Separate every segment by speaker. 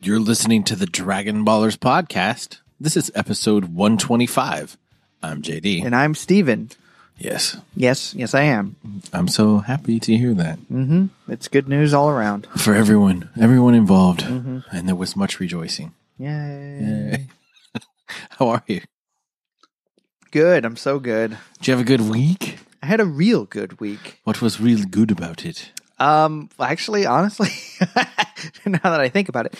Speaker 1: You're listening to the Dragon Ballers podcast. This is episode 125. I'm JD.
Speaker 2: And I'm Steven.
Speaker 1: yes,
Speaker 2: Yes, yes, I am.
Speaker 1: I'm so happy to hear that
Speaker 2: It's good news all around.
Speaker 1: for everyone, everyone involved.
Speaker 2: Mm-hmm.
Speaker 1: And there was much rejoicing.
Speaker 2: Yay.
Speaker 1: How are you?
Speaker 2: Good. I'm so good.
Speaker 1: Did you have a good week?
Speaker 2: I had a real good week.
Speaker 1: What was really good about it?
Speaker 2: Um, actually, honestly, now that I think about it,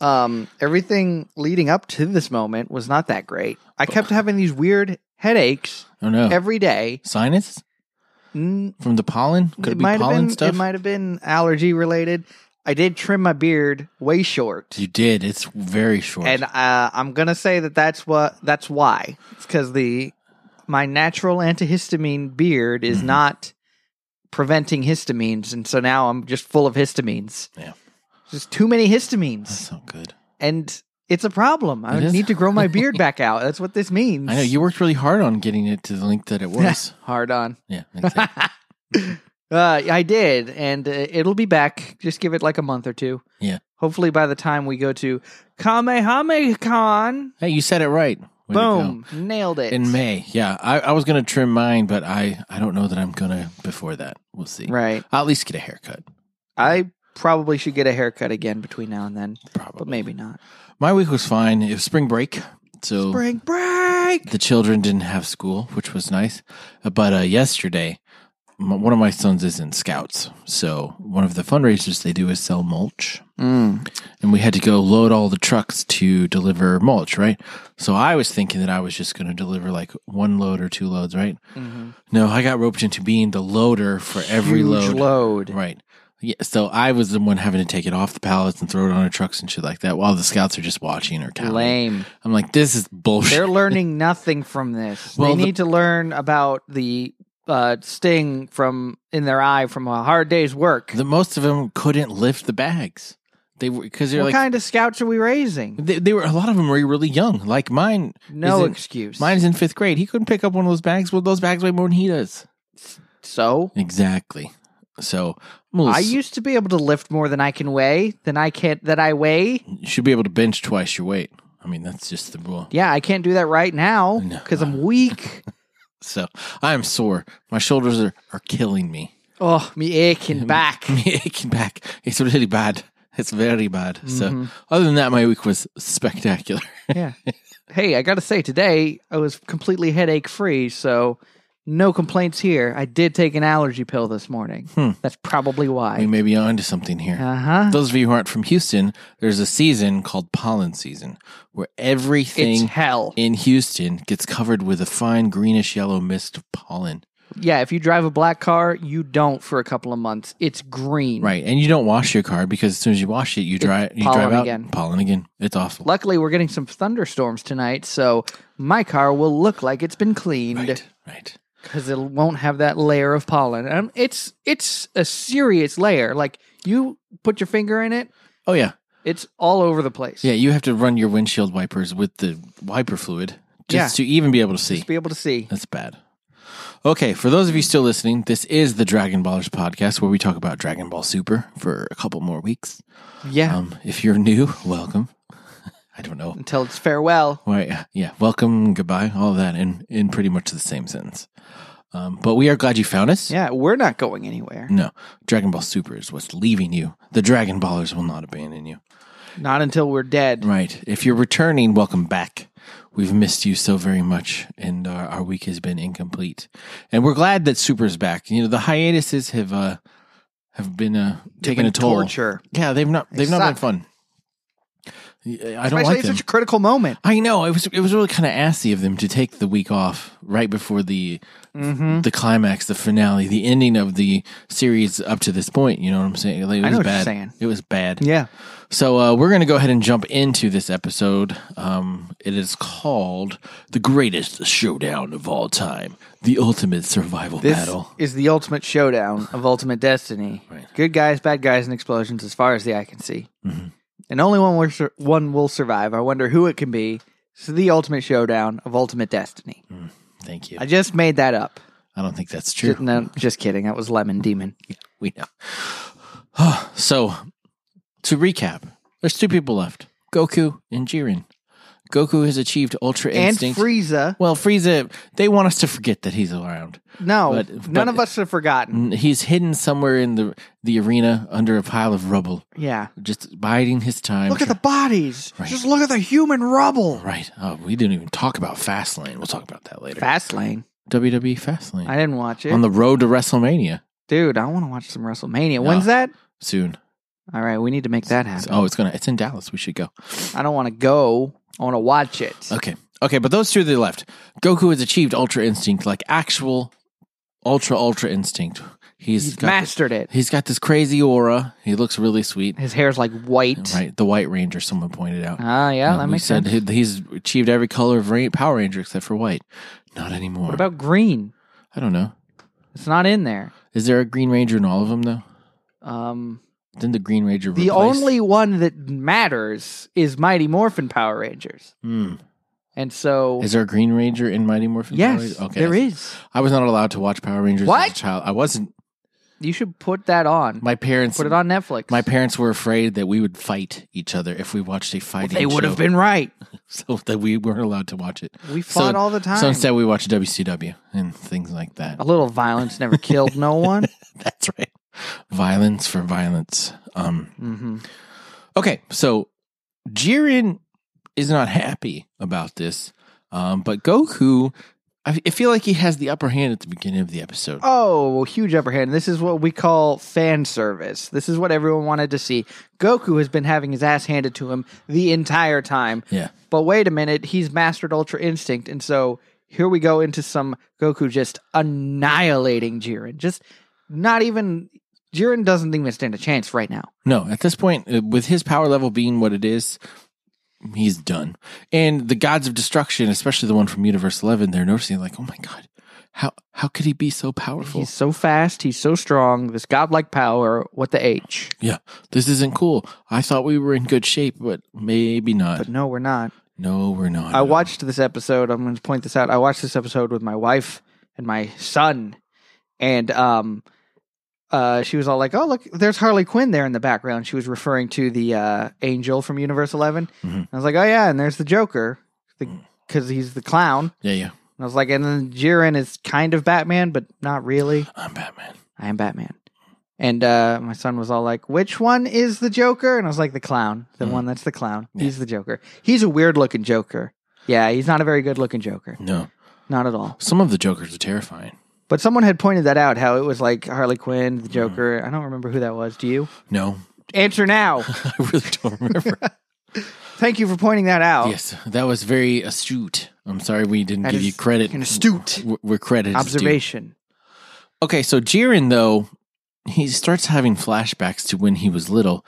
Speaker 2: um, everything leading up to this moment was not that great. I kept having these weird headaches
Speaker 1: Oh no,
Speaker 2: every day.
Speaker 1: sinus
Speaker 2: Mm,
Speaker 1: from the pollen? Could it,
Speaker 2: it
Speaker 1: be
Speaker 2: might have
Speaker 1: pollen
Speaker 2: been
Speaker 1: stuff?
Speaker 2: it might have been allergy related. I did trim my beard way short.
Speaker 1: you did. It's very short.
Speaker 2: and uh, I'm gonna say that that's what that's why. It's because the my natural antihistamine beard
Speaker 1: Mm-hmm.
Speaker 2: is not preventing histamines, and so now I'm just full of histamines.
Speaker 1: Yeah.
Speaker 2: just too many histamines,
Speaker 1: That's not good.
Speaker 2: and it's a problem. I
Speaker 1: It is.
Speaker 2: need to grow my beard back out. That's what this means.
Speaker 1: I know you worked really hard on getting it to the length that it was.
Speaker 2: hard on.
Speaker 1: yeah, exactly.
Speaker 2: Uh, I did, and uh, it'll be back. Just give it like a month or two.
Speaker 1: Yeah.
Speaker 2: Hopefully, by the time we go to Kamehameha Con,
Speaker 1: hey, you said it right. Way to go.
Speaker 2: boom, nailed it
Speaker 1: in May. Yeah, I, I was gonna trim mine, but I I don't know that I'm gonna before that. We'll see.
Speaker 2: Right.
Speaker 1: I'll at least get a haircut.
Speaker 2: I probably should get a haircut again between now and then,
Speaker 1: Probably.
Speaker 2: but maybe not.
Speaker 1: My week was fine. It was spring break, so
Speaker 2: Spring break.
Speaker 1: the children didn't have school, which was nice. Uh, But uh, yesterday, m one of my sons is in Scouts, so one of the fundraisers they do is sell mulch.
Speaker 2: Mm.
Speaker 1: and we had to go load all the trucks to deliver mulch, right? So I was thinking that I was just going to deliver like one load or two loads, right? No, I got roped into being the loader for every
Speaker 2: Huge
Speaker 1: load.
Speaker 2: load.
Speaker 1: Right. Yeah, so I was the one having to take it off the pallets and throw it on our trucks and shit like that while the scouts are just watching or counting.
Speaker 2: Lame.
Speaker 1: I'm like, this is bullshit.
Speaker 2: They're learning nothing from this.
Speaker 1: Well,
Speaker 2: they
Speaker 1: the-
Speaker 2: need to learn about the uh, sting from in their eye from a hard day's work.
Speaker 1: the most of them couldn't lift the bags. They were because they're
Speaker 2: what
Speaker 1: like
Speaker 2: kind of scouts are we raising?
Speaker 1: they, they were a lot of them were really young. Like mine,
Speaker 2: No
Speaker 1: isn't-
Speaker 2: excuse.
Speaker 1: mine's in fifth grade. He couldn't pick up one of those bags. Well, those bags weigh more than he does.
Speaker 2: so
Speaker 1: Exactly. So I'm a little
Speaker 2: I
Speaker 1: s-
Speaker 2: used to be able to lift more than I can weigh. Than I can't. That I weigh.
Speaker 1: you should be able to bench twice your weight. I mean, that's just the rule.
Speaker 2: Yeah, I can't do that right now
Speaker 1: No.
Speaker 2: because I'm weak.
Speaker 1: So I am sore. My shoulders are, are killing me.
Speaker 2: oh, me aching back.
Speaker 1: Me aching back. It's really bad. It's very bad.
Speaker 2: Mm-hmm.
Speaker 1: So other than that, my week was spectacular.
Speaker 2: yeah. Hey, I got to say, today I was completely headache free, so no complaints here. I did take an allergy pill this morning.
Speaker 1: Hmm.
Speaker 2: That's probably
Speaker 1: we
Speaker 2: why.
Speaker 1: may be onto something here.
Speaker 2: Uh huh.
Speaker 1: Those of you who aren't from Houston, there's a season called pollen season where
Speaker 2: It's
Speaker 1: everything
Speaker 2: hell.
Speaker 1: in Houston gets covered with a fine greenish yellow mist of pollen.
Speaker 2: Yeah, if you drive a black car, you don't for a couple of months. It's green.
Speaker 1: Right, and you don't wash your car because as soon as you wash it, you dry you
Speaker 2: pollen
Speaker 1: drive out
Speaker 2: again.
Speaker 1: pollen again. It's awful.
Speaker 2: Luckily, we're getting some thunderstorms tonight, so my car will look like it's been cleaned
Speaker 1: Right, right.
Speaker 2: because it won't have that layer of pollen. Um, it's it's a serious layer. Like you put your finger in it,
Speaker 1: Oh yeah,
Speaker 2: it's all over the place.
Speaker 1: yeah. You have to run your windshield wipers with the wiper fluid just to even be able to see.
Speaker 2: Just be able to see.
Speaker 1: That's bad. Okay, for those of you still listening, this is the Dragon Ballers podcast where we talk about Dragon Ball Super for a couple more weeks.
Speaker 2: Yeah.
Speaker 1: Um, if you're new, welcome. I don't know.
Speaker 2: until it's farewell.
Speaker 1: Right. Yeah. Welcome, goodbye, all of that in, in pretty much the same sentence. Um, but we are glad you found us.
Speaker 2: Yeah, we're not going anywhere.
Speaker 1: No, Dragon Ball Super is what's leaving you. The Dragon Ballers will not abandon you.
Speaker 2: Not until we're dead.
Speaker 1: Right. If you're returning, welcome back. We've missed you so very much, and our, our week has been incomplete. And we're glad that Super's back. You know, the hiatuses have uh, have been uh, taking
Speaker 2: been
Speaker 1: a toll.
Speaker 2: torture.
Speaker 1: Yeah, they've not they've not been
Speaker 2: suck.
Speaker 1: fun. Yeah, I don't
Speaker 2: Especially
Speaker 1: like
Speaker 2: at
Speaker 1: them.
Speaker 2: such a critical moment.
Speaker 1: I know it was it was really kind of assy of them to take the week off right before the
Speaker 2: Mm-hmm.
Speaker 1: the climax, the finale, the ending of the series up to this point. You know what I'm saying? Like, it was
Speaker 2: know what
Speaker 1: bad.
Speaker 2: you're saying.
Speaker 1: It was bad.
Speaker 2: Yeah.
Speaker 1: So uh, we're going to go ahead and jump into this episode. Um, it is called "The Greatest Showdown of All Time: The Ultimate Survival
Speaker 2: This
Speaker 1: Battle."
Speaker 2: is the ultimate showdown of Ultimate Destiny.
Speaker 1: Right. Mm-hmm.
Speaker 2: Good guys, bad guys, and explosions as far as the eye can see. And only one will, sur- one will survive. I wonder who it can be. It's the ultimate showdown of Ultimate Destiny.
Speaker 1: Mm. Thank you.
Speaker 2: I just made that up.
Speaker 1: I don't think that's true.
Speaker 2: Just, no, just kidding. That was Lemon Demon.
Speaker 1: we know. so to recap, there's two people left. Goku and Jiren. Goku has achieved Ultra
Speaker 2: and
Speaker 1: Instinct.
Speaker 2: Frieza.
Speaker 1: well, Frieza, they want us to forget that he's around.
Speaker 2: No,
Speaker 1: But- but-
Speaker 2: none
Speaker 1: Mm.
Speaker 2: of us have forgotten.
Speaker 1: N- He's hidden somewhere in the the arena under a pile of rubble,
Speaker 2: Yeah.
Speaker 1: just biding his time.
Speaker 2: Look at the bodies. Just look at the human rubble.
Speaker 1: right. Oh, we didn't even talk about Fastlane. We'll talk about that later.
Speaker 2: Fastlane.
Speaker 1: WWE Fastlane
Speaker 2: I didn't watch it.
Speaker 1: on the road to WrestleMania
Speaker 2: Dude, I want to watch some WrestleMania. When's that?
Speaker 1: soon.
Speaker 2: All right, we need to make that happen.
Speaker 1: Oh, it's gonna. It's in Dallas. We should go.
Speaker 2: I don't want to go. I want to watch it.
Speaker 1: Okay. Okay, but those two to the left. Goku has achieved Ultra Instinct, like actual Ultra Ultra Instinct. He's,
Speaker 2: He's
Speaker 1: got
Speaker 2: mastered
Speaker 1: this-
Speaker 2: it.
Speaker 1: he's got this crazy aura. He looks really sweet.
Speaker 2: His hair's like white.
Speaker 1: Right. The White Ranger, someone pointed out.
Speaker 2: Ah, yeah,
Speaker 1: Uh,
Speaker 2: that
Speaker 1: we
Speaker 2: makes
Speaker 1: said
Speaker 2: sense.
Speaker 1: he- he's achieved every color of Ra- Power Ranger except for white. Not anymore.
Speaker 2: What about green?
Speaker 1: I don't know.
Speaker 2: It's not in there.
Speaker 1: Is there a Green Ranger in all of them though?
Speaker 2: Um,
Speaker 1: Didn't the Green Ranger
Speaker 2: the
Speaker 1: replace-
Speaker 2: only one that matters is Mighty Morphin Power Rangers,
Speaker 1: Hmm.
Speaker 2: and so
Speaker 1: Is there a Green Ranger in Mighty Morphin? Power
Speaker 2: yes,
Speaker 1: Rangers? Okay.
Speaker 2: there is.
Speaker 1: I was not allowed to watch Power Rangers as
Speaker 2: What?
Speaker 1: a child. I wasn't.
Speaker 2: You should put that on.
Speaker 1: My parents
Speaker 2: put it on Netflix.
Speaker 1: My parents were afraid that we would fight each other if we watched a
Speaker 2: Well,
Speaker 1: fighting
Speaker 2: they would
Speaker 1: show,
Speaker 2: have been right.
Speaker 1: so that we weren't allowed to watch it.
Speaker 2: We fought
Speaker 1: So-
Speaker 2: all the time.
Speaker 1: So instead, we watched WCW and things like that.
Speaker 2: a little violence never killed no one.
Speaker 1: That's right. Violence for violence. Um,
Speaker 2: hmm
Speaker 1: okay, so Jiren is not happy about this, um, but Goku, I, I feel like he has the upper hand at the beginning of the episode.
Speaker 2: Oh, huge upper hand. This is what we call fan service. This is what everyone wanted to see. Goku has been having his ass handed to him the entire time.
Speaker 1: Yeah.
Speaker 2: But wait a minute, he's mastered Ultra Instinct, and so here we go into some Goku just annihilating Jiren. Just not even Jiren doesn't even stand a chance right now.
Speaker 1: No, at this point, uh, with his power level being what it is, he's done. And the gods of destruction, especially the one from Universe Eleven, they're noticing like, oh my god, how how could he be so powerful?
Speaker 2: He's so fast, he's so strong, this godlike power, what the H.
Speaker 1: yeah, this isn't cool. I thought we were in good shape, but maybe not.
Speaker 2: But no, we're not.
Speaker 1: no, we're not.
Speaker 2: I watched this episode. I'm going to point this out. I watched this episode with my wife and my son, and um, uh, she was all like, "Oh, look, there's Harley Quinn there in the background." She was referring to the uh, Angel from Universe 11
Speaker 1: Mhm.
Speaker 2: I was like, "Oh yeah," and there's the Joker, because he's the clown.
Speaker 1: Yeah, yeah.
Speaker 2: And I was like, and then Jiren is kind of Batman, but not really.
Speaker 1: I'm Batman.
Speaker 2: I am Batman. And uh, my son was all like, "Which one is the Joker?" And I was like, "The clown, the
Speaker 1: Mhm.
Speaker 2: one that's the clown. He's the Joker. He's a weird looking Joker. Yeah, he's not a very good looking Joker,
Speaker 1: No,
Speaker 2: not at all."
Speaker 1: some of the Jokers are terrifying.
Speaker 2: But someone had pointed that out how it was like Harley Quinn,
Speaker 1: Mm-hmm.
Speaker 2: the Joker. I don't remember who that was. Do you?
Speaker 1: No,
Speaker 2: Answer now.
Speaker 1: I really don't remember.
Speaker 2: Thank you for pointing that out.
Speaker 1: yes, that was very astute. I'm sorry we didn't
Speaker 2: That
Speaker 1: give
Speaker 2: is
Speaker 1: you credit.
Speaker 2: An astute
Speaker 1: We're- We're credited.
Speaker 2: observation.
Speaker 1: Okay, so Jiren though, he starts having flashbacks to when he was little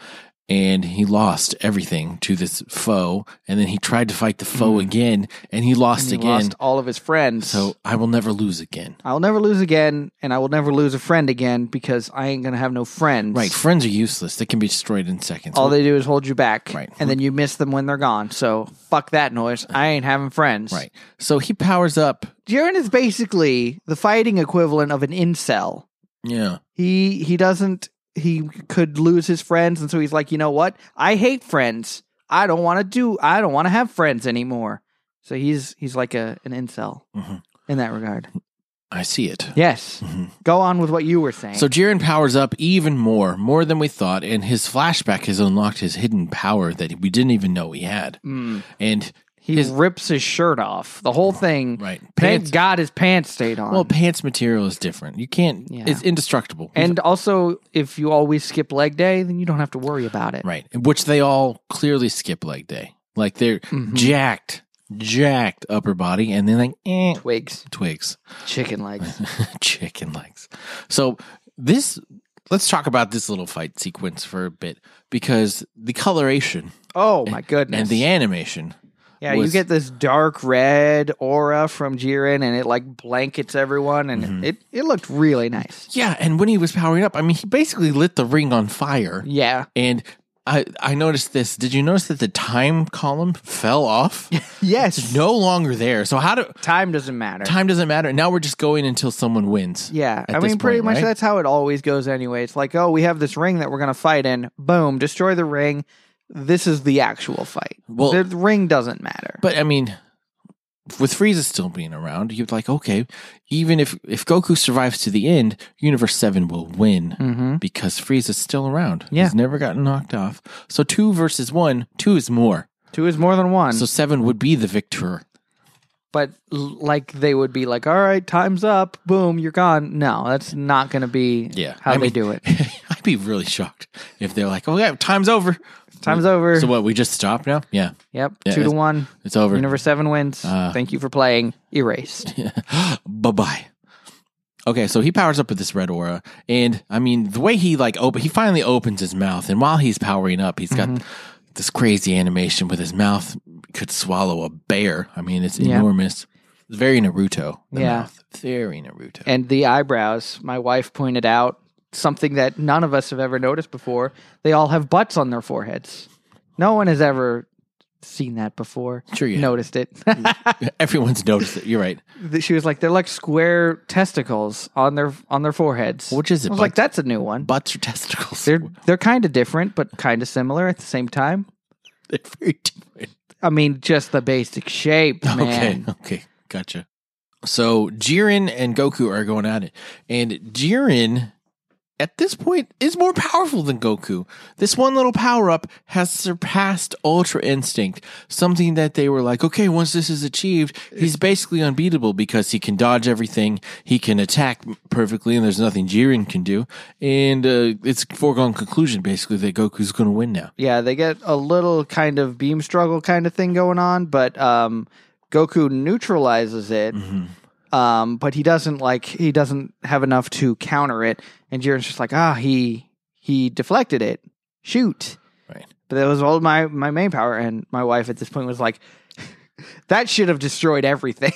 Speaker 1: and he lost everything to this foe and then he tried to fight the foe again and he
Speaker 2: Mm-hmm. And
Speaker 1: lost
Speaker 2: he
Speaker 1: again.
Speaker 2: lost all of his friends.
Speaker 1: So I will never lose again.
Speaker 2: I will never lose again, and I will never lose a friend again because I ain't gonna have no friends.
Speaker 1: Right, friends are useless. They can be destroyed in seconds.
Speaker 2: All they do is hold you back,
Speaker 1: Right.
Speaker 2: and then you miss them when they're gone. So fuck that noise. I ain't having friends.
Speaker 1: right. So he powers up.
Speaker 2: Jiren is basically the fighting equivalent of an incel.
Speaker 1: Yeah.
Speaker 2: He he doesn't. He could lose his friends, and so he's like, you know what? I hate friends. I don't want to do. I don't want to have friends anymore. So he's he's like a an incel
Speaker 1: Mhm.
Speaker 2: in that regard.
Speaker 1: I see it.
Speaker 2: Yes.
Speaker 1: Mhm.
Speaker 2: Go on with what you were saying.
Speaker 1: So Jiren powers up even more, more than we thought, and his flashback has unlocked his hidden power that we didn't even know he had.
Speaker 2: Mm.
Speaker 1: And
Speaker 2: he
Speaker 1: his-
Speaker 2: rips his shirt off. The whole thing.
Speaker 1: right,
Speaker 2: Mm-hmm. Thank God his pants stayed on.
Speaker 1: Well, pants material is different. You can't.
Speaker 2: Yeah.
Speaker 1: It's indestructible.
Speaker 2: And also, if you always skip leg day, then you don't have to worry about it.
Speaker 1: right, which they all clearly skip leg day. Like they're
Speaker 2: Mm-hmm.
Speaker 1: jacked, jacked upper body, and then like eh,
Speaker 2: Twigs,
Speaker 1: twigs,
Speaker 2: chicken legs.
Speaker 1: chicken legs. So this, let's talk about this little fight sequence for a bit because the coloration
Speaker 2: Oh my goodness!
Speaker 1: and the animation.
Speaker 2: yeah, you
Speaker 1: was-
Speaker 2: get this dark red aura from Jiren, and it like blankets everyone, and
Speaker 1: Mm-hmm.
Speaker 2: it it looked really nice.
Speaker 1: Yeah, and when he was powering up, I mean, he basically lit the ring on fire.
Speaker 2: Yeah,
Speaker 1: And I I noticed this. Did you notice that the time column fell off?
Speaker 2: yes.
Speaker 1: no longer there. So how do
Speaker 2: Time doesn't matter.
Speaker 1: time doesn't matter? Now we're just going until someone wins.
Speaker 2: yeah,
Speaker 1: at
Speaker 2: I
Speaker 1: this
Speaker 2: mean, pretty
Speaker 1: point,
Speaker 2: much
Speaker 1: right?
Speaker 2: that's how it always goes anyway. It's like, oh, we have this ring that we're gonna fight in. Boom, destroy the ring. This is the actual fight.
Speaker 1: Well-
Speaker 2: the ring doesn't matter.
Speaker 1: But I mean, with Frieza still being around, you'd like, okay, even if if Goku survives to the end, Universe Seven will win
Speaker 2: mm-hmm.
Speaker 1: because Frieza's still around.
Speaker 2: Yeah.
Speaker 1: he's never gotten knocked off. So two versus one, two is more.
Speaker 2: two is more than one.
Speaker 1: So seven would be the victor.
Speaker 2: but l- like they would be like, all right, time's up. Boom, you're gone. No, that's not going to be
Speaker 1: Yeah,
Speaker 2: how
Speaker 1: I
Speaker 2: they
Speaker 1: mean-
Speaker 2: do it.
Speaker 1: I'd be really shocked if they're like, oh yeah, time's over.
Speaker 2: Time's over.
Speaker 1: So what? We just stop now? Yeah,
Speaker 2: yep,
Speaker 1: Yeah,
Speaker 2: two to
Speaker 1: it's-
Speaker 2: one.
Speaker 1: it's over.
Speaker 2: Universe Seven wins.
Speaker 1: Uh,
Speaker 2: Thank you for playing. Erased.
Speaker 1: bye bye. Okay, so he powers up with this red aura, and I mean the way he like open, he finally opens his mouth, and while he's powering up, he's
Speaker 2: Mm-hmm.
Speaker 1: got this crazy animation with his mouth could swallow a bear. I mean, it's
Speaker 2: Yeah.
Speaker 1: enormous. It's very Naruto. The
Speaker 2: Yeah.
Speaker 1: mouth, very Naruto.
Speaker 2: and the eyebrows. My wife pointed out something that none of us have ever noticed before. They all have butts on their foreheads. No one has ever seen that before.
Speaker 1: Sure you have.
Speaker 2: noticed it.
Speaker 1: Everyone's noticed it. You're right.
Speaker 2: she was like, "They're like square testicles on their on their foreheads."
Speaker 1: Which is it,
Speaker 2: I was like,
Speaker 1: butts?
Speaker 2: "That's a new one."
Speaker 1: Butts or testicles?
Speaker 2: They're they're kind of different, but kind of similar at the same time.
Speaker 1: They're very different.
Speaker 2: I mean, just the basic shape, man.
Speaker 1: Okay, okay, gotcha. So Jiren and Goku are going at it, and Jiren at this point is more powerful than Goku. This one little power up has surpassed Ultra Instinct, something that they were like, okay, once this is achieved, he's basically unbeatable because he can dodge everything, he can attack perfectly, and there's nothing Jiren can do. And uh, it's a foregone conclusion basically that Goku's going to win now.
Speaker 2: Yeah, they get a little kind of beam struggle kind of thing going on, but um, Goku neutralizes it.
Speaker 1: Mm-hmm.
Speaker 2: Um, but he doesn't like he doesn't have enough to counter it, and Jiren's just like, ah, he he deflected it. Shoot!
Speaker 1: Right.
Speaker 2: But that was all my my main power, and my wife at this point was like, that should have destroyed everything.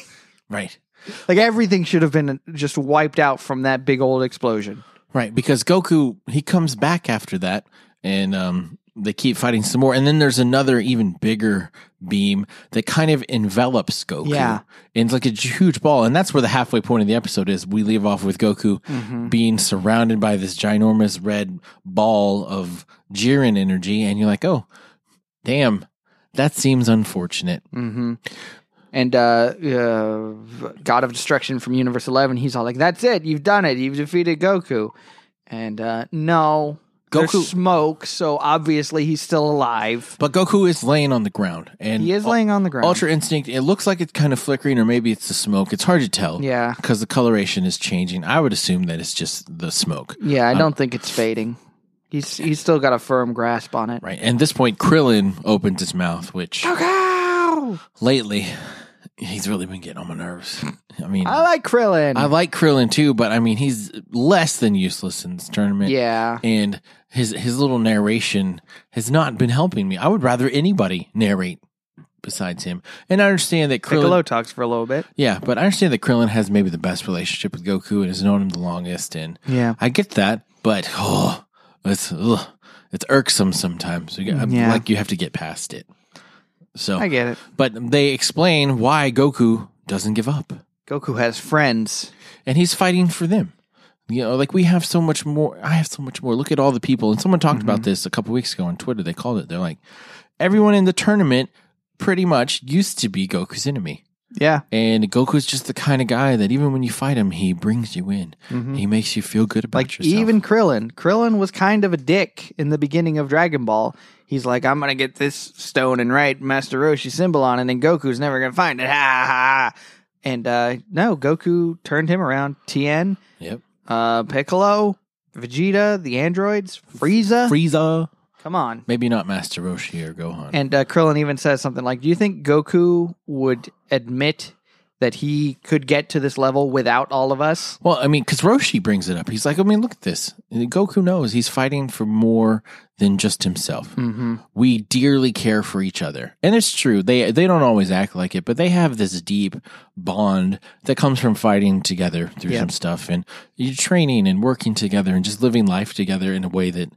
Speaker 1: Right.
Speaker 2: like everything should have been just wiped out from that big old explosion.
Speaker 1: Right, because Goku he comes back after that, and um, they keep fighting some more, and then there's another even bigger beam that kind of envelops Goku.
Speaker 2: Yeah.
Speaker 1: and it's like a huge ball, and that's where the halfway point of the episode is. We leave off with Goku
Speaker 2: Mm-hmm.
Speaker 1: being surrounded by this ginormous red ball of Jiren energy, and you're like, oh, damn, that seems unfortunate.
Speaker 2: Mm-hmm. And uh, uh, God of Destruction from Universe Eleven, he's all like, "That's it, you've done it, you've defeated Goku." And uh, no, Goku
Speaker 1: Goku-
Speaker 2: smoke, so obviously he's still alive.
Speaker 1: But Goku is laying on the ground, and
Speaker 2: He is laying on the ground.
Speaker 1: Ultra Instinct. It looks like it's kind of flickering, or maybe it's the smoke. It's hard to tell.
Speaker 2: Yeah,
Speaker 1: because the coloration is changing. I would assume that it's just the smoke,
Speaker 2: yeah. I don't think it's fading. He's he's still got a firm grasp on it.
Speaker 1: right? And at this point, Krillin opens his mouth, which
Speaker 2: Goku,
Speaker 1: lately he's really been getting on my nerves. I mean,
Speaker 2: I like Krillin.
Speaker 1: I like Krillin too, but I mean, he's less than useless in this tournament.
Speaker 2: yeah,
Speaker 1: And his his little narration has not been helping me. I would rather anybody narrate besides him. And I understand that Krillin
Speaker 2: Piccolo talks for a little bit.
Speaker 1: Yeah, but I understand that Krillin has maybe the best relationship with Goku and has known him the longest and
Speaker 2: Yeah,
Speaker 1: I get that, but oh, it's ugh, it's irksome sometimes. You got,
Speaker 2: Yeah.
Speaker 1: Like you have to get past it. So,
Speaker 2: I get it.
Speaker 1: but they explain why Goku doesn't give up,
Speaker 2: Goku has friends.
Speaker 1: and he's fighting for them. You know, like we have so much more. I have so much more. Look at all the people. And someone talked about
Speaker 2: Mm-hmm.
Speaker 1: this a couple weeks ago on Twitter. They called it. They're like, everyone in the tournament pretty much used to be Goku's enemy.
Speaker 2: Yeah,
Speaker 1: And Goku's just the kind of guy that even when you fight him, he brings you in. He makes you feel good about
Speaker 2: Mm-hmm. like
Speaker 1: yourself.
Speaker 2: even Krillin. Krillin was kind of a dick in the beginning of Dragon Ball. He's like, I'm gonna get this stone and write Master Roshi symbol on it, and Goku's never gonna find it. Ha ha. ha. And uh, no, Goku turned him around. Tien,
Speaker 1: yep.
Speaker 2: uh, Piccolo, Vegeta, the androids, Frieza.
Speaker 1: Frieza.
Speaker 2: Come on.
Speaker 1: Maybe not Master Roshi or Gohan.
Speaker 2: And uh, Krillin even says something like, "Do you think Goku would admit that he could get to this level without all of us?"
Speaker 1: well, I mean, because Roshi brings it up. He's like, I mean, look at this. Goku knows he's fighting for more than just himself.
Speaker 2: Mm-hmm.
Speaker 1: We dearly care for each other, and it's true. They they don't always act like it, but they have this deep bond that comes from fighting together through
Speaker 2: Yeah.
Speaker 1: some stuff and you training and working together and just living life together in a way that.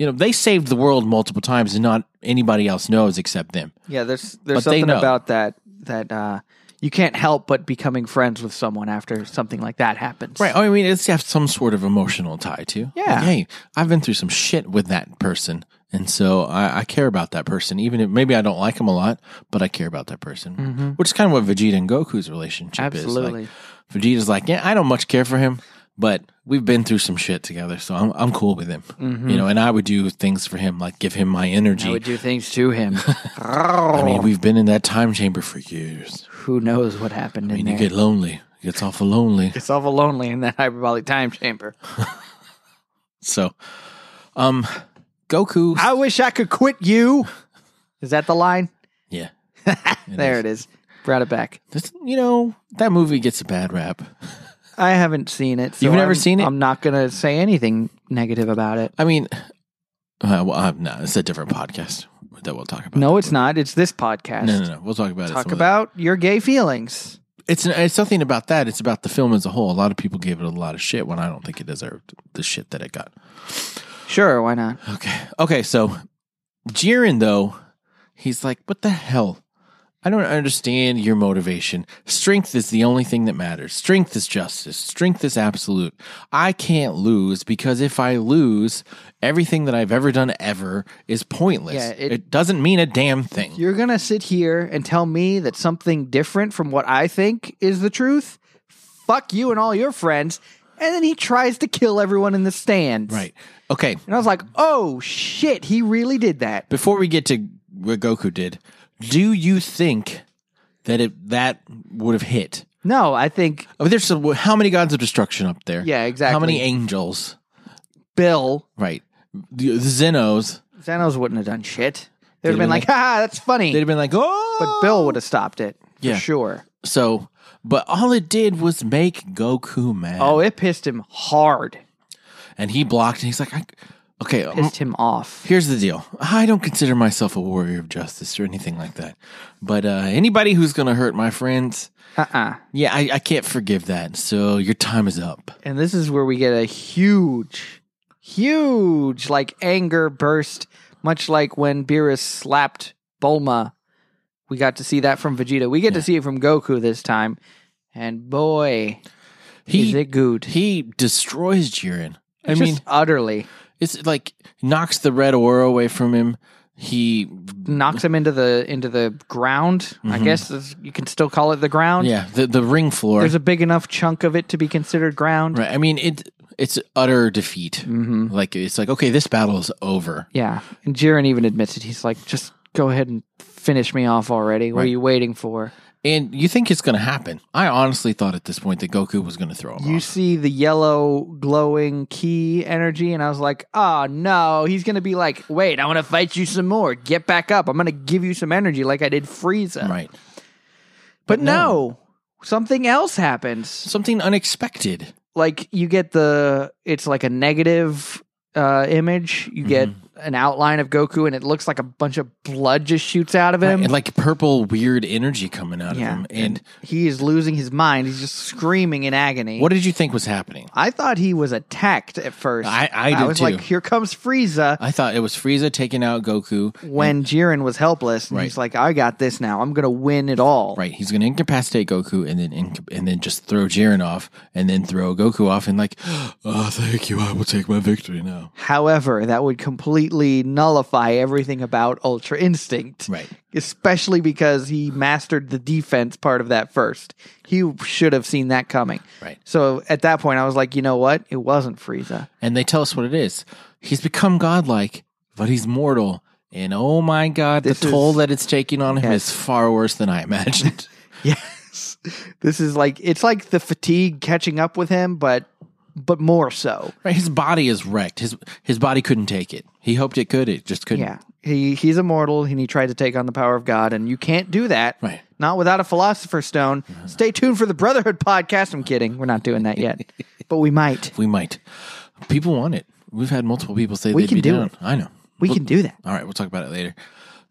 Speaker 1: You know, they saved the world multiple times and not anybody else knows except them.
Speaker 2: Yeah, there's there's
Speaker 1: But they
Speaker 2: something
Speaker 1: know.
Speaker 2: about that that uh, you can't help but becoming friends with someone after something like that happens.
Speaker 1: Right. Oh, I mean, it's have some sort of emotional tie to.
Speaker 2: Yeah.
Speaker 1: Like, hey, I've been through some shit with that person, And so I, I care about that person, even if maybe I don't like him a lot, but I care about that person,
Speaker 2: Mhm.
Speaker 1: which is kind of what Vegeta and Goku's relationship is. Like,
Speaker 2: Absolutely.
Speaker 1: Vegeta's like, yeah, I don't much care for him, but we've been through some shit together, so I'm I'm cool with him. You know, and I would do things for him, like give him my energy.
Speaker 2: Mm-hmm. I would Oh. do things to him.
Speaker 1: I mean, we've been in that time chamber for years.
Speaker 2: Who knows what happened
Speaker 1: I mean,
Speaker 2: in
Speaker 1: you
Speaker 2: there?
Speaker 1: get lonely. It gets awful lonely.
Speaker 2: It's awful lonely in that hyperbolic time chamber.
Speaker 1: So, um, Goku.
Speaker 2: I wish I could quit you. Is that the line?
Speaker 1: yeah.
Speaker 2: there it is. Brought it back.
Speaker 1: This, you know, that movie gets a bad rap.
Speaker 2: I haven't seen it. So
Speaker 1: You've never
Speaker 2: I'm-
Speaker 1: seen it?
Speaker 2: I'm not going to say anything negative about it.
Speaker 1: I mean, uh, well, I'm not. It's a different podcast that we'll talk about.
Speaker 2: No, it's not. It's this podcast.
Speaker 1: No, no, no. We'll talk about it.
Speaker 2: Talk
Speaker 1: some other-
Speaker 2: about your gay feelings.
Speaker 1: it's it's nothing about that. It's about the film as a whole. A lot of people gave it a lot of shit when I don't think it deserved the shit that it got.
Speaker 2: Sure, why not?
Speaker 1: Okay. Okay. So Jiren, though, he's like, what the hell? I don't understand your motivation. Strength is the only thing that matters. Strength is justice. Strength is absolute. I can't lose because if I lose, everything that I've ever done ever is pointless.
Speaker 2: Yeah,
Speaker 1: it,
Speaker 2: it-
Speaker 1: doesn't mean a damn thing.
Speaker 2: You're going to sit here and tell me that something different from what I think is the truth? Fuck you and all your friends. And then he tries to kill everyone in the stands.
Speaker 1: Right. Okay.
Speaker 2: And I was like, oh shit, he really did that.
Speaker 1: Before we get to what Goku did, do you think that it that would have hit?
Speaker 2: No, I think
Speaker 1: I mean, there's some, how many gods of destruction up there?
Speaker 2: Yeah, exactly.
Speaker 1: How many angels?
Speaker 2: Bill
Speaker 1: Right. The, the Zenos,
Speaker 2: Xanos wouldn't have done shit. They'd have
Speaker 1: They'd
Speaker 2: been like, ha, that's
Speaker 1: they'd
Speaker 2: funny.
Speaker 1: have been like, oh.
Speaker 2: But Bill would have stopped it.
Speaker 1: Yeah.
Speaker 2: For sure.
Speaker 1: So, but all it did was make Goku mad.
Speaker 2: Oh, it pissed him hard.
Speaker 1: And he blocked and he's like, I, okay, um,
Speaker 2: Pissed him off.
Speaker 1: here's the deal. I don't consider myself a warrior of justice or anything like that. But uh, anybody who's going to hurt my friends,
Speaker 2: Uh uh
Speaker 1: yeah, I, I can't forgive that. So your time is up.
Speaker 2: And this is where we get a huge, huge, like, anger burst, much like when Beerus slapped Bulma. We got to see that from Vegeta. We get to see it from Goku this time. And boy,
Speaker 1: He
Speaker 2: is it good.
Speaker 1: he destroys Jiren. I
Speaker 2: Just
Speaker 1: mean,
Speaker 2: utterly
Speaker 1: it's like knocks the red aura away from him. He
Speaker 2: knocks him into the into the ground. I guess is- you can still call it the ground.
Speaker 1: Mm-hmm. yeah, the the ring floor.
Speaker 2: There's a big enough chunk of it to be considered ground.
Speaker 1: Right. I mean, it it's utter defeat.
Speaker 2: hmm
Speaker 1: Like it's like okay, this battle is over.
Speaker 2: Yeah, and Jiren even admits it. He's like, "Just go ahead and finish me off already. What are
Speaker 1: Right.
Speaker 2: you waiting for?"
Speaker 1: And you think it's going to happen? I honestly thought at this point that Goku was going to throw him
Speaker 2: You
Speaker 1: off.
Speaker 2: see the yellow glowing key energy, and I was like, "Oh no, he's gonna be like, wait, I want to fight you some more. Get back up. I'm gonna give you some energy like I did Frieza."
Speaker 1: Right.
Speaker 2: But no, something else happens.
Speaker 1: Something unexpected.
Speaker 2: like you get the it's like a negative uh image you get
Speaker 1: Mm-hmm.
Speaker 2: an outline of goku and it looks like a bunch of blood just shoots out of him
Speaker 1: And like purple weird energy coming out
Speaker 2: Yeah.
Speaker 1: of him. And
Speaker 2: he is losing his mind he's just screaming in agony
Speaker 1: what did you think was happening?
Speaker 2: i thought he was attacked at first
Speaker 1: I- I did
Speaker 2: was
Speaker 1: too.
Speaker 2: like here comes frieza
Speaker 1: I thought it was Frieza taking out Goku.
Speaker 2: when jiren was helpless and
Speaker 1: Right.
Speaker 2: he's like i got this now i'm gonna win it all
Speaker 1: Right, he's going to incapacitate Goku and then inca- and then just throw Jiren off and then throw Goku off and like, oh, thank you, I will take my victory now.
Speaker 2: however that would completely nullify everything about ultra instinct
Speaker 1: Right.
Speaker 2: especially because he mastered the defense part of that first. He should have seen that coming.
Speaker 1: Right.
Speaker 2: So at that point, I was like, you know what? It wasn't Frieza.
Speaker 1: and they tell us what it is. He's become godlike, but he's mortal. And oh my God,
Speaker 2: This
Speaker 1: the toll
Speaker 2: is-
Speaker 1: that it's taking on him
Speaker 2: Yes.
Speaker 1: is far worse than I imagined.
Speaker 2: Yes. this is like it's like the fatigue catching up with him, but but more so.
Speaker 1: right? His body is wrecked. His his body couldn't take it. He hoped it could. It just couldn't.
Speaker 2: Yeah. He he's immortal and he tried to take on the power of God, and you can't do that.
Speaker 1: Right.
Speaker 2: Not without a philosopher's stone. Stay tuned for the Brotherhood podcast. I'm kidding. We're not doing that yet. but we might.
Speaker 1: We might. People want it. We've had multiple people say
Speaker 2: We
Speaker 1: they'd
Speaker 2: can
Speaker 1: be
Speaker 2: do
Speaker 1: down.
Speaker 2: it.
Speaker 1: I know.
Speaker 2: We can do that.
Speaker 1: All right, we'll talk about it later.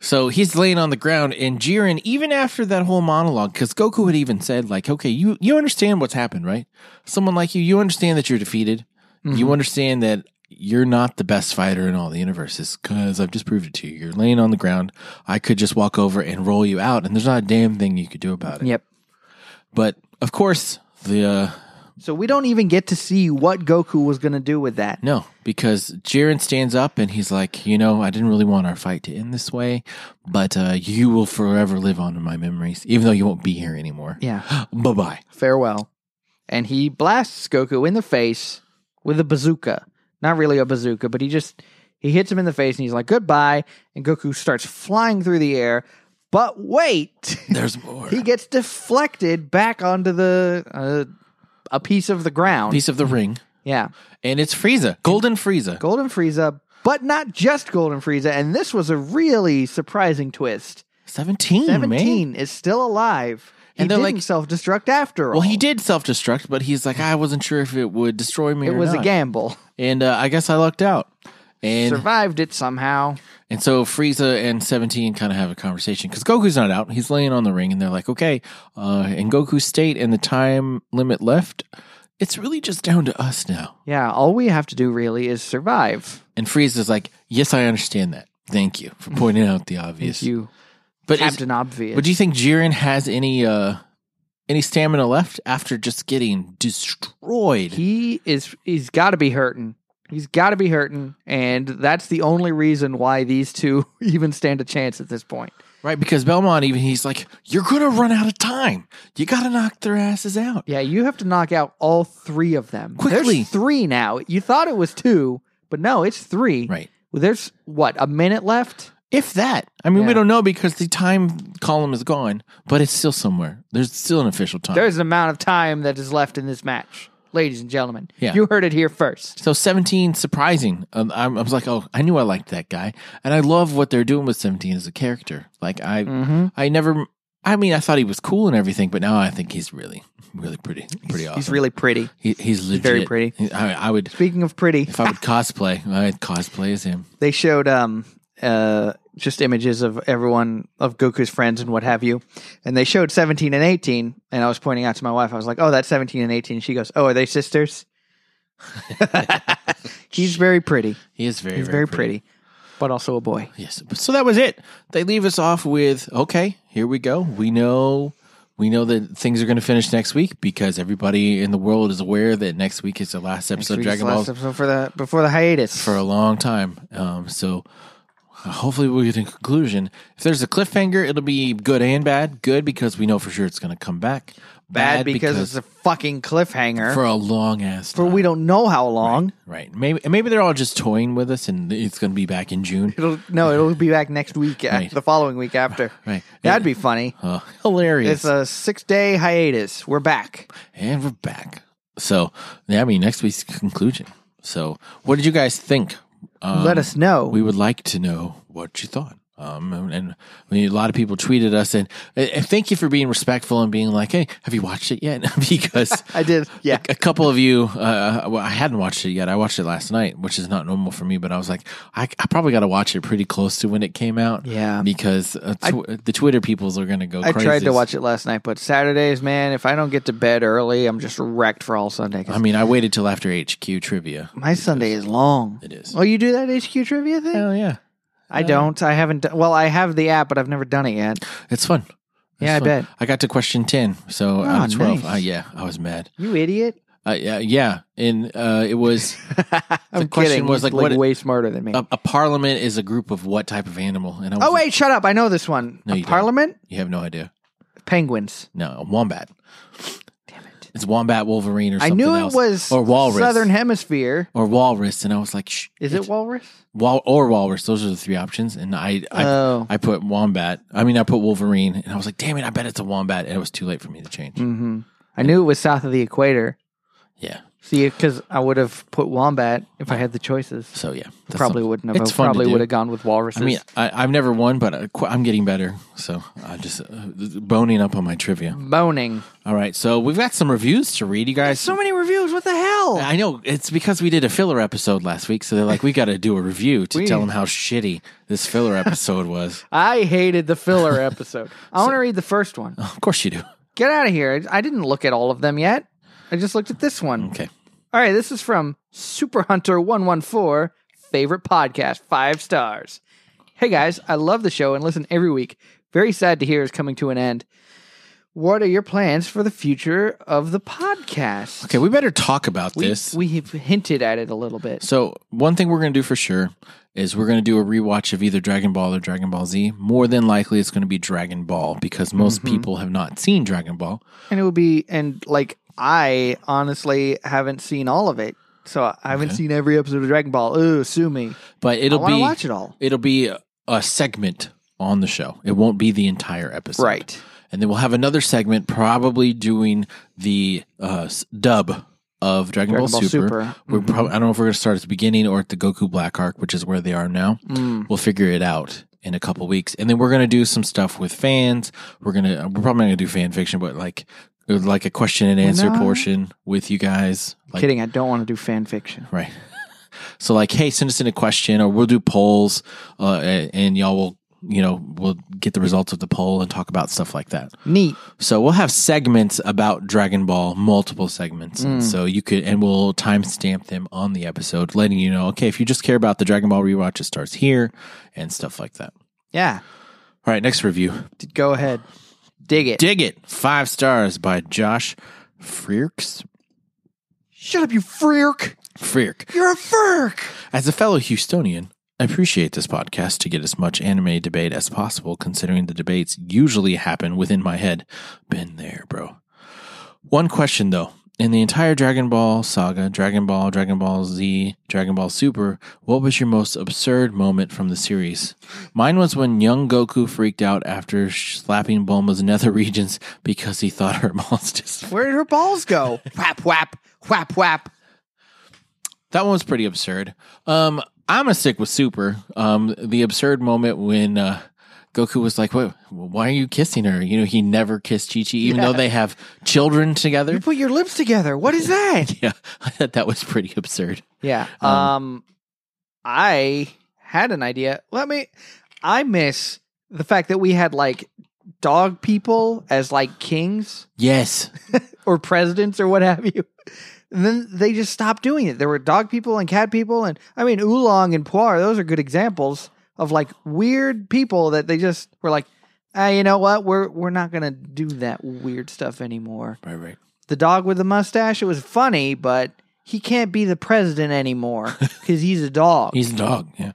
Speaker 1: So he's laying on the ground, and Jiren, even after that whole monologue, because Goku had even said, like, okay, you you understand what's happened, right? Someone like you, you understand that you're defeated. You understand that you're not the best fighter in all the universes, because I've just proved it to you. You're laying on the ground. I could just walk over and roll you out, and there's not a damn thing you could do about it.
Speaker 2: Yep.
Speaker 1: But of course, the uh,
Speaker 2: So we don't even get to see what Goku was going to do with that.
Speaker 1: No, because Jiren stands up and he's like, you know, I didn't really want our fight to end this way, but uh, you will forever live on in my memories, even though you won't be here anymore.
Speaker 2: Yeah.
Speaker 1: Bye bye.
Speaker 2: Farewell. And he blasts Goku in the face with a bazooka. Not really a bazooka, but he just he hits him in the face and he's like goodbye and Goku starts flying through the air. But wait,
Speaker 1: There's more.
Speaker 2: he gets deflected back onto the uh, a piece of the ground.
Speaker 1: Piece of the ring,
Speaker 2: Yeah.
Speaker 1: and it's Frieza, Golden Frieza.
Speaker 2: Golden Frieza, but not just Golden Frieza. And this was a really surprising twist.
Speaker 1: 17, Hmm, man.
Speaker 2: 17 is still alive. He
Speaker 1: And they're
Speaker 2: didn't
Speaker 1: like-
Speaker 2: self-destruct after all.
Speaker 1: Well, he did self destruct, but he's like, I wasn't sure if it would destroy me
Speaker 2: It
Speaker 1: or
Speaker 2: was
Speaker 1: not.
Speaker 2: a gamble.
Speaker 1: And uh, I guess I lucked out. And
Speaker 2: Survived it somehow.
Speaker 1: And so Frieza and 17 kind of have a conversation because Goku's not out. He's laying on the ring and they're like, okay, uh, in Goku's state and the time limit left, it's really just down to us now.
Speaker 2: Yeah, all we have to do really is survive.
Speaker 1: And Frieza's like, yes, I understand that. Thank you for pointing out the obvious.
Speaker 2: Mm-hmm. You
Speaker 1: But, is,
Speaker 2: Captain Obvious.
Speaker 1: but do you think Jiren has any, uh, any stamina left after just getting destroyed?
Speaker 2: he is he's got to be hurting. He's got to be hurting, and that's the only reason why these two even stand a chance at this point.
Speaker 1: right? Because Belmont even, he's like, you're going to run out of time. You got to knock their asses out.
Speaker 2: Yeah, you have to knock out all three of them
Speaker 1: Quickly.
Speaker 2: There's three now. You thought it was two, but no, it's three.
Speaker 1: Right.
Speaker 2: Well, there's what a minute left.
Speaker 1: If that, I mean,
Speaker 2: Yeah.
Speaker 1: we don't know because the time column is gone, but it's still somewhere. There's still an official time.
Speaker 2: There's an amount of time that is left in this match, ladies and gentlemen.
Speaker 1: Yeah.
Speaker 2: You heard it here first.
Speaker 1: so 17, surprising. Um, I, I was like, oh, I knew I liked that guy, and I love what they're doing with 17 as a character. Like I,
Speaker 2: Mm-hmm.
Speaker 1: I never. I mean, I thought he was cool and everything, but now I think he's really, really pretty, pretty awesome.
Speaker 2: He's really pretty.
Speaker 1: He- he's legit.
Speaker 2: very pretty.
Speaker 1: He- I, I would,
Speaker 2: Speaking of pretty,
Speaker 1: if I would cosplay, I'd cosplay as him.
Speaker 2: they showed um uh just images of everyone of Goku's friends and what have you, and they showed seventeen and eighteen, and I was pointing out to my wife, I was like, "Oh, that's seventeen and 18. She goes, "Oh, are they sisters?" He's very pretty.
Speaker 1: He is very,
Speaker 2: He's very, pretty. but also a boy.
Speaker 1: Yes. So that was it. They leave us off with okay, here we go. We know we know that things are going to finish next week because everybody in the world is aware that next week is the last episode of
Speaker 2: Sweetest
Speaker 1: Dragon Ball
Speaker 2: last episode for the before the hiatus.
Speaker 1: for a long time. Um, so hopefully we'll get a conclusion. If there's a cliffhanger, it'll be good and bad. Good because we know for sure it's going to come back.
Speaker 2: bad because, it's a fucking cliffhanger
Speaker 1: for a long ass
Speaker 2: for
Speaker 1: time.
Speaker 2: we don't know how long.
Speaker 1: right. Maybe maybe they're all just toying with us and it's going to be back in June.
Speaker 2: It'll no, it'll be back next week, uh,
Speaker 1: Right.
Speaker 2: the following week after.
Speaker 1: Right.
Speaker 2: That'd be funny.
Speaker 1: Uh, hilarious.
Speaker 2: It's a six day hiatus. We're back.
Speaker 1: And we're back. So, yeah, I mean, next week's conclusion. So, what did you guys think? Um,
Speaker 2: Let us know.
Speaker 1: We would like to know what you thought. Um, and, and I mean, a lot of people tweeted us, and, and thank you for being respectful and being like, "Hey, have you watched it yet?" because
Speaker 2: I did. Yeah.
Speaker 1: a couple of you, uh, well, I hadn't watched it yet. I watched it last night, which is not normal for me, but I was like, I, I probably got to watch it pretty close to when it came out.
Speaker 2: Yeah.
Speaker 1: Because uh, tw- the Twitter peoples are going to go
Speaker 2: I
Speaker 1: crazy.
Speaker 2: tried to watch it last night, but Saturdays, man, if I don't get to bed early, I'm just wrecked for all Sunday. 'cause
Speaker 1: I mean, I waited till after HQ trivia.
Speaker 2: my Sunday is long.
Speaker 1: It is.
Speaker 2: Oh, you do that HQ trivia thing?
Speaker 1: Hell yeah.
Speaker 2: I don't. I haven't. Done, well, I have the app, but I've never done it yet.
Speaker 1: It's fun. It's
Speaker 2: Yeah, I
Speaker 1: fun.
Speaker 2: bet.
Speaker 1: I got to question 10, so
Speaker 2: Oh,
Speaker 1: out of 12.
Speaker 2: nice.
Speaker 1: Uh, yeah, I was mad.
Speaker 2: You idiot!
Speaker 1: Uh, yeah, yeah, and uh, it was question
Speaker 2: I'm kidding.
Speaker 1: was, like,
Speaker 2: He's,
Speaker 1: what- Um,
Speaker 2: way smarter than me.
Speaker 1: a, a parliament is a group of what type of animal? And I was
Speaker 2: oh
Speaker 1: like,
Speaker 2: wait, shut up! I know this one.
Speaker 1: No,
Speaker 2: A
Speaker 1: you don't.
Speaker 2: Parliament
Speaker 1: you have no idea.
Speaker 2: penguins.
Speaker 1: No, a wombat.
Speaker 2: Damn it!
Speaker 1: It's wombat, wolverine, or
Speaker 2: I
Speaker 1: something
Speaker 2: knew it
Speaker 1: else.
Speaker 2: was
Speaker 1: or walrus,
Speaker 2: Southern Hemisphere.
Speaker 1: or walrus, and I was like, Shh,
Speaker 2: Is it walrus?
Speaker 1: wal- or walrus? Those are the three options, and I, I,
Speaker 2: Oh.
Speaker 1: I put wombat. I mean, I put wolverine, and I was like, damn it, I bet it's a wombat, and it was too late for me to change.
Speaker 2: Mm-hmm. I knew it was south of the equator.
Speaker 1: Yeah,
Speaker 2: See, because I would have put wombat if I had the choices.
Speaker 1: so yeah, that's
Speaker 2: Probably
Speaker 1: something.
Speaker 2: wouldn't have.
Speaker 1: It's
Speaker 2: I
Speaker 1: fun to
Speaker 2: probably
Speaker 1: do.
Speaker 2: would have gone with walruses.
Speaker 1: I mean, I, I've never won, but uh, qu- I'm getting better. So I just uh, boning up on my trivia.
Speaker 2: boning.
Speaker 1: All right, so we've got some reviews to read, you guys.
Speaker 2: So many reviews. What the hell?
Speaker 1: I know it's because we did a filler episode last week, so they're like, we got to do a review to tell them how shitty this filler episode was.
Speaker 2: I hated the filler episode. I want to read the first one.
Speaker 1: of course you do.
Speaker 2: Get out of here. I I didn't look at all of them yet. I just looked at this one.
Speaker 1: Okay,
Speaker 2: All right, this is from Super Hunter 114, favorite podcast, five stars. Hey guys, I love the show and listen every week. Very sad to hear is coming to an end. what are your plans for the future of the podcast?
Speaker 1: Okay, we better talk about
Speaker 2: we,
Speaker 1: this.
Speaker 2: we have hinted at it a little bit.
Speaker 1: So one thing we're going to do for sure is we're going to do a rewatch of either Dragon Ball or Dragon Ball Z. More than likely, it's going to be Dragon Ball because most
Speaker 2: Mm-hmm.
Speaker 1: people have not seen Dragon Ball.
Speaker 2: And it would be, and like, I honestly haven't seen all of it. So I haven't seen every episode of Dragon Ball. Ooh, sue me.
Speaker 1: But it'll
Speaker 2: I want
Speaker 1: be
Speaker 2: to watch it all.
Speaker 1: it'll be a, a segment on the show. It won't be the entire episode,
Speaker 2: Right.
Speaker 1: And then we'll have another segment, probably doing the uh, s- dub of Dragon,
Speaker 2: Dragon
Speaker 1: Ball,
Speaker 2: Ball
Speaker 1: Super.
Speaker 2: Super. Mm-hmm.
Speaker 1: We're prob- I don't know if we're going to start at the beginning or at the Goku Black Arc, which is where they are now.
Speaker 2: Mm.
Speaker 1: We'll figure it out in a couple weeks, and then we're going to do some stuff with fans. We're gonna we're probably not going to do fan fiction, but like like a question and answer
Speaker 2: no.
Speaker 1: portion with you guys. Like,
Speaker 2: Kidding. I don't want to do fan fiction.
Speaker 1: Right. So like, hey, send us in a question, or we'll do polls, uh, a- and y'all will, you know, we'll get the results of the poll and talk about stuff like that.
Speaker 2: Neat.
Speaker 1: So we'll have segments about Dragon Ball, multiple segments. And so you could, and we'll timestamp them on the episode, letting you know, okay, if you just care about the Dragon Ball rewatch, it starts here, and stuff like that.
Speaker 2: Yeah.
Speaker 1: All right, next review.
Speaker 2: D- Go ahead. Dig it.
Speaker 1: Dig it, five stars by Josh Frearks.
Speaker 2: Shut up, you freak.
Speaker 1: Freark.
Speaker 2: You're a freak.
Speaker 1: As a fellow Houstonian, I appreciate this podcast to get as much anime debate as possible, considering the debates usually happen within my head. Been there, bro. One question though. In the entire Dragon Ball saga, Dragon Ball, Dragon Ball Z, Dragon Ball Super, what was your most absurd moment from the series? Mine was when young Goku freaked out after slapping Bulma's nether regions because he thought her monsters.
Speaker 2: Where did her balls go? whap, whap, whap, whap.
Speaker 1: That one was pretty absurd. Um, I'm gonna stick with Super. Um, the absurd moment when uh, Goku was like, "Wait, why are you kissing her?" You know, he never kissed Chi Chi, even though they have children together.
Speaker 2: You put your lips together. What is that?
Speaker 1: Yeah, I thought that was pretty absurd.
Speaker 2: Yeah.
Speaker 1: Um,
Speaker 2: Um, I had an idea. Let me I miss the fact that we had like dog people as like kings
Speaker 1: Yes,
Speaker 2: or presidents or what have you. And then they just stopped doing it. There were dog people and cat people and I mean Oolong and Poir, those are good examples of like weird people that they just were like, ah, you know what? We're we're not gonna do that weird stuff anymore.
Speaker 1: right, right.
Speaker 2: The dog with the mustache, it was funny, but he can't be the president anymore because he's a dog.
Speaker 1: He's a dog. Yeah,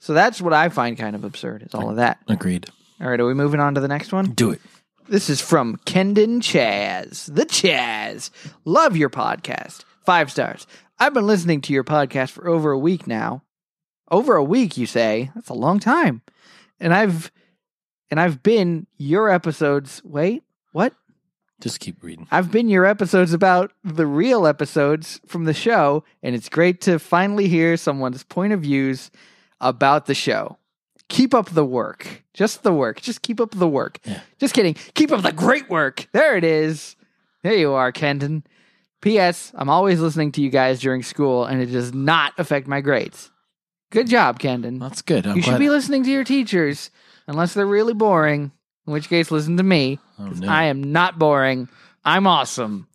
Speaker 2: So that's what I find kind of absurd is all of that.
Speaker 1: agreed.
Speaker 2: All right, are we moving on to the next one?
Speaker 1: Do it.
Speaker 2: This is from Kendon Chaz. The Chaz. Love your podcast. Five stars. I've been listening to your podcast for over a week now. Over a week, you say? That's a long time. And I've and I've been your episodes wait, what?
Speaker 1: Just keep reading.
Speaker 2: I've been your episodes about the real episodes from the show, and it's great to finally hear someone's point of views about the show. Keep up the work. Just the work. Just keep up the work.
Speaker 1: Yeah.
Speaker 2: Just kidding. Keep up the great work. There it is. There you are, Kenton. P.S. I'm always listening to you guys during school, and it does not affect my grades. Good job, Kendon.
Speaker 1: That's good. I'm
Speaker 2: you should
Speaker 1: glad.
Speaker 2: be listening to your teachers, unless they're really boring, in which case, listen to me.
Speaker 1: Oh,
Speaker 2: 'cause
Speaker 1: no.
Speaker 2: I am not boring. I'm awesome.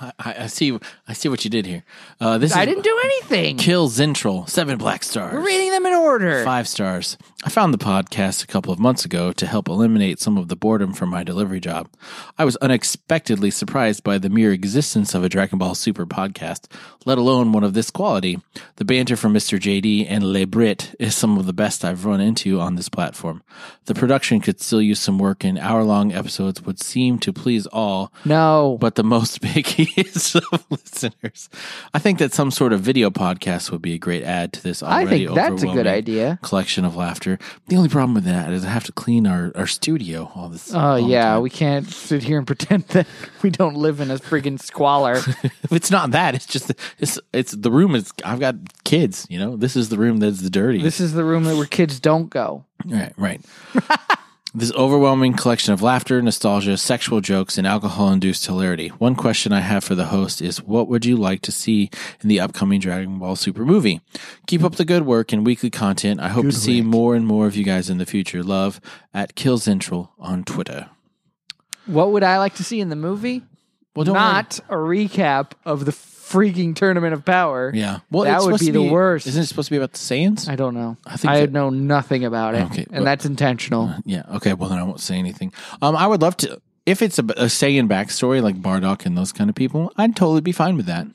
Speaker 1: I, I see. I see what you did here. Uh, this
Speaker 2: I
Speaker 1: is
Speaker 2: didn't do anything.
Speaker 1: kill Zentril. Seven black stars.
Speaker 2: We're reading them in order.
Speaker 1: Five stars. I found the podcast a couple of months ago to help eliminate some of the boredom from my delivery job. I was unexpectedly surprised by the mere existence of a Dragon Ball Super podcast, let alone one of this quality. The banter from Mr. JD and Le Brit is some of the best I've run into on this platform. The production could still use some work, and hour long episodes would seem to please all,
Speaker 2: No.
Speaker 1: but the most pickiest of listeners. I think that some sort of video podcast would be a great add to this
Speaker 2: I
Speaker 1: already
Speaker 2: think that's a good
Speaker 1: overwhelming
Speaker 2: idea.
Speaker 1: collection of laughter. The only problem with that is I have to clean our, our studio all this.
Speaker 2: Oh, yeah. We can't sit here and pretend that we don't live in a friggin' squalor.
Speaker 1: it's not that. It's just it's it's the room is. I've got kids. You know, this is the room that's the dirtiest.
Speaker 2: this is the room that where kids don't go.
Speaker 1: Right, right. this overwhelming collection of laughter, nostalgia, sexual jokes, and alcohol induced hilarity. One question I have for the host is what would you like to see in the upcoming Dragon Ball Super movie? Keep up the good work and weekly content. I hope to see more and more of you guys in the future. Love at Kills Intro on Twitter.
Speaker 2: What would I like to see in the movie?
Speaker 1: Well,
Speaker 2: Not a recap of the freaking Tournament of Power.
Speaker 1: Yeah. Well,
Speaker 2: That
Speaker 1: it's
Speaker 2: would
Speaker 1: supposed
Speaker 2: be
Speaker 1: to
Speaker 2: the worst.
Speaker 1: Isn't it supposed to be about the Saiyans?
Speaker 2: I don't know. I,
Speaker 1: think that-
Speaker 2: know nothing about it.
Speaker 1: Okay,
Speaker 2: and
Speaker 1: but-
Speaker 2: that's intentional.
Speaker 1: yeah. Okay. Well, then I won't say anything. Um, I would love to. if it's a, a Saiyan backstory like Bardock and those kind of people, I'd totally be fine with that.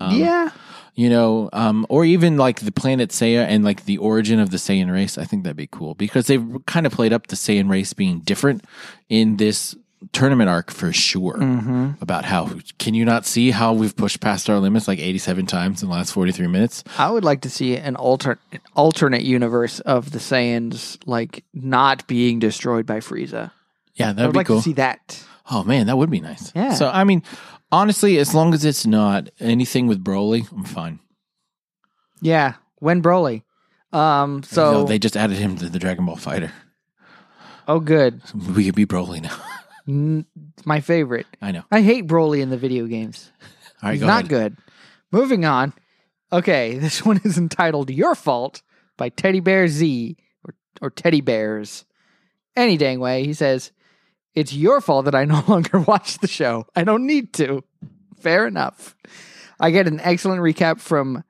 Speaker 1: Um,
Speaker 2: yeah.
Speaker 1: you know, um, or even like the planet Saiya and like the origin of the Saiyan race. I think that'd be cool because they've kind of played up the Saiyan race being different in this tournament arc for sure.
Speaker 2: Mm-hmm.
Speaker 1: About how can you not see how we've pushed past our limits like 87 times in the last 43 minutes?
Speaker 2: I would like to see an alter an alternate universe of the Saiyans like not being destroyed by Frieza.
Speaker 1: Yeah,
Speaker 2: I
Speaker 1: that'd
Speaker 2: would
Speaker 1: be
Speaker 2: like
Speaker 1: cool.
Speaker 2: to see that.
Speaker 1: Oh man, that would be nice.
Speaker 2: Yeah.
Speaker 1: So I mean, honestly, as long as it's not anything with Broly, I'm fine.
Speaker 2: Yeah, when Broly. Um. So
Speaker 1: You know, they just added him to the Dragon Ball Fighter.
Speaker 2: oh, good.
Speaker 1: We could be Broly now.
Speaker 2: N- my favorite.
Speaker 1: I know.
Speaker 2: I hate Broly in the video games.
Speaker 1: All right,
Speaker 2: He's
Speaker 1: go
Speaker 2: not
Speaker 1: ahead.
Speaker 2: good. Moving on. Okay, this one is entitled "Your Fault" by Teddy Bear Z or or Teddy Bears. Any dang way, he says, "It's your fault that I no longer watch the show. I don't need to." Fair enough. I get an excellent recap from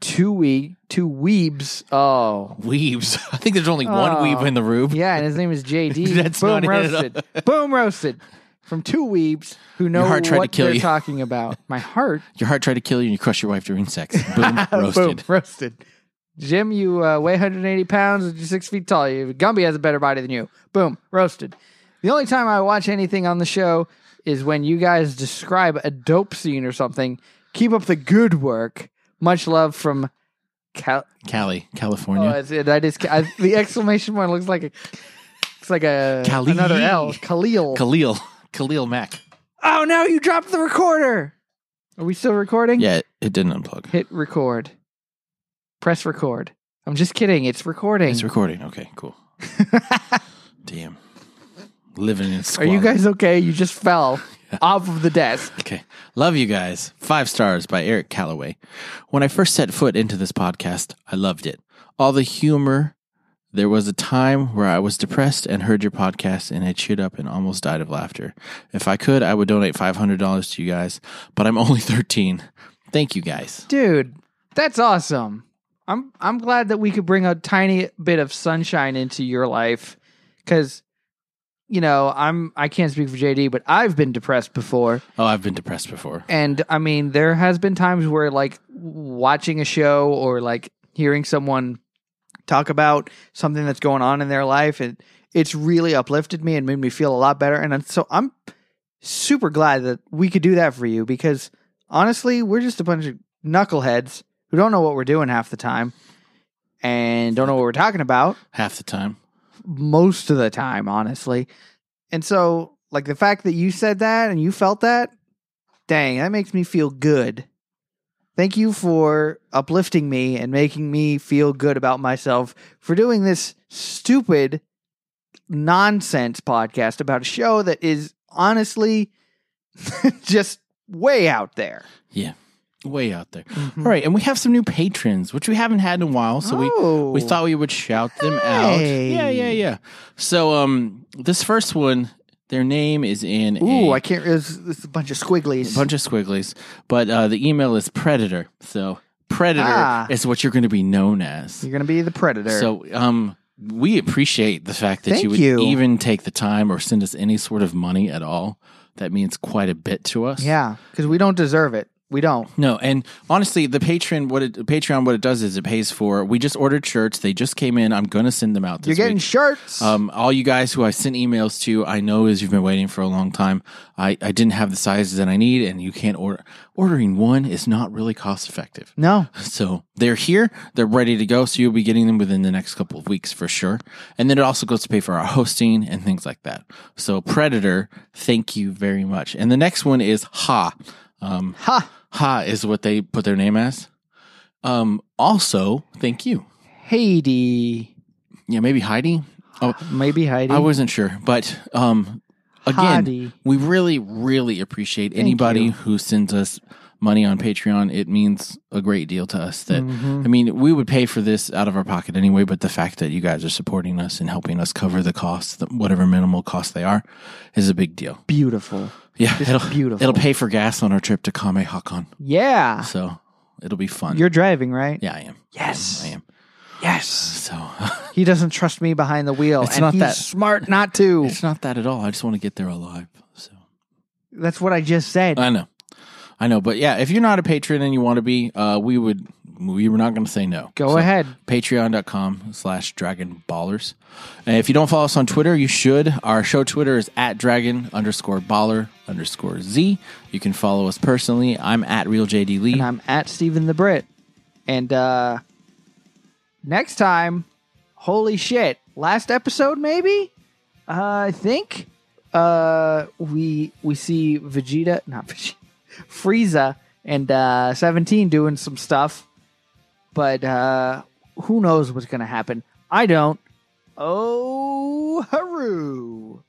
Speaker 2: two we two weebs. Oh,
Speaker 1: Weaves. I think there's only one
Speaker 2: Oh.
Speaker 1: weave in the room.
Speaker 2: yeah, and his name is JD.
Speaker 1: That's not
Speaker 2: Boom
Speaker 1: it at
Speaker 2: roasted. Boom roasted. From two weebs who know
Speaker 1: heart tried to
Speaker 2: what
Speaker 1: kill
Speaker 2: they're
Speaker 1: you.
Speaker 2: talking about. My heart
Speaker 1: Your heart tried to kill you and you crushed your wife during sex. Boom, roasted.
Speaker 2: Boom, roasted. Jim, you uh, weigh 180 pounds. You're six feet tall. You, Gumby has a better body than you. Boom, roasted. The only time I watch anything on the show is when you guys describe a dope scene or something. Keep up the good work. Much love from Cal.
Speaker 1: Cali,
Speaker 2: Oh,
Speaker 1: California.
Speaker 2: it's, it, that is I, the exclamation point looks like a. It's like a
Speaker 1: Khalil.
Speaker 2: another L. Khalil.
Speaker 1: Khalil. Khalil Mack.
Speaker 2: oh no! You dropped the recorder. Are we still recording?
Speaker 1: Yeah, it- it didn't unplug.
Speaker 2: Hit record. Press record. I'm just kidding. It's recording.
Speaker 1: It's recording. Okay, cool. Damn. Living in
Speaker 2: Are
Speaker 1: squalor.
Speaker 2: you guys okay? You just fell off of the desk.
Speaker 1: Okay. Love you guys. Five stars by Eric Calloway. When I first set foot into this podcast, I loved it. All the humor. There was a time where I was depressed and heard your podcast and I cheered up and almost died of laughter. If I could, I would donate $500 to you guys, but I'm only 13. Thank you guys.
Speaker 2: Dude, that's awesome. I'm I'm glad that we could bring a tiny bit of sunshine into your life cuz you know, I'm I can't speak for JD, but I've been depressed before
Speaker 1: Oh, I've been depressed before.
Speaker 2: and I mean, there has been times where like watching a show or like hearing someone talk about something that's going on in their life and it's really uplifted me and made me feel a lot better and I'm- so I'm super glad that we could do that for you because honestly, we're just a bunch of knuckleheads who don't know what we're doing half the time and don't know what we're talking about
Speaker 1: Half the time.
Speaker 2: most of the time, honestly. And so, like the fact that you said that and you felt that, dang, that makes me feel good. Thank you for uplifting me and making me feel good about myself for doing this stupid nonsense podcast about a show that is honestly just way out there.
Speaker 1: Yeah. Way out there. All right. And we have some new patrons, which we haven't had in a while. Mm-hmm. So we.
Speaker 2: Oh.
Speaker 1: We thought we would shout them out.
Speaker 2: Hey.
Speaker 1: Yeah, yeah, yeah. So um this first one, their name is in
Speaker 2: Ooh,
Speaker 1: a,
Speaker 2: I can't. It's, it's a bunch of squigglies.
Speaker 1: a bunch of squigglies, but uh the email is predator. So predator
Speaker 2: Ah.
Speaker 1: is what you're going to be known as.
Speaker 2: You're gonna be the predator.
Speaker 1: So um we appreciate the fact that
Speaker 2: Thank
Speaker 1: you would
Speaker 2: you.
Speaker 1: even take the time or send us any sort of money at all. That means quite a bit to us.
Speaker 2: yeah, because we don't deserve it. We don't.
Speaker 1: No, and honestly, the Patreon what it Patreon what it does is it pays for. We just ordered shirts; they just came in. I'm gonna send them out. This
Speaker 2: You're getting
Speaker 1: week.
Speaker 2: shirts.
Speaker 1: Um, all you guys who I sent emails to, I know is you've been waiting for a long time. I, I didn't have the sizes that I need, and you can't order. Ordering one is not really cost effective.
Speaker 2: no.
Speaker 1: So they're here, they're ready to go. So you'll be getting them within the next couple of weeks for sure. And then it also goes to pay for our hosting and things like that. So Predator, thank you very much. And the next one is Ha. Um,
Speaker 2: Ha.
Speaker 1: Ha is what they put their name as. Um, also, thank you.
Speaker 2: Heidi.
Speaker 1: Yeah, maybe Heidi. Oh,
Speaker 2: Maybe Heidi.
Speaker 1: I wasn't sure, but um, again,
Speaker 2: Hottie.
Speaker 1: we really, really appreciate anybody
Speaker 2: you.
Speaker 1: who sends us money on Patreon. It means a great deal to us. That
Speaker 2: Mm-hmm.
Speaker 1: I mean, we would pay for this out of our pocket anyway, but the fact that you guys are supporting us and helping us cover the costs, the- whatever minimal costs they are, is a big deal.
Speaker 2: Beautiful.
Speaker 1: Yeah, it'll
Speaker 2: beautiful.
Speaker 1: It'll pay for gas on our trip to Kamehakon,
Speaker 2: Yeah.
Speaker 1: so it'll be fun.
Speaker 2: You're driving, right?
Speaker 1: yeah, I am.
Speaker 2: Yes.
Speaker 1: I am.
Speaker 2: Yes.
Speaker 1: So
Speaker 2: He doesn't trust me behind the wheel.
Speaker 1: It's
Speaker 2: and
Speaker 1: not
Speaker 2: he's
Speaker 1: that-
Speaker 2: smart not to.
Speaker 1: it's not that at all. I just want to get there alive. So
Speaker 2: That's what I just said.
Speaker 1: I know, I know, but yeah, if you're not a patron and you want to be, uh, we would, we were not going to say no.
Speaker 2: Go
Speaker 1: So,
Speaker 2: ahead.
Speaker 1: Patreon.com slash Dragon Ballers. And if you don't follow us on Twitter, you should. Our show Twitter is at Dragon underscore Baller underscore Z. You can follow us personally. I'm at Real JD Lee.
Speaker 2: And I'm at Stephen the Brit. And uh next time, holy shit. Last episode maybe? Uh, I think uh we we see Vegeta, not Vegeta, Frieza and uh 17 doing some stuff. But uh who knows what's going to happen? I don't. Oh, hooroo.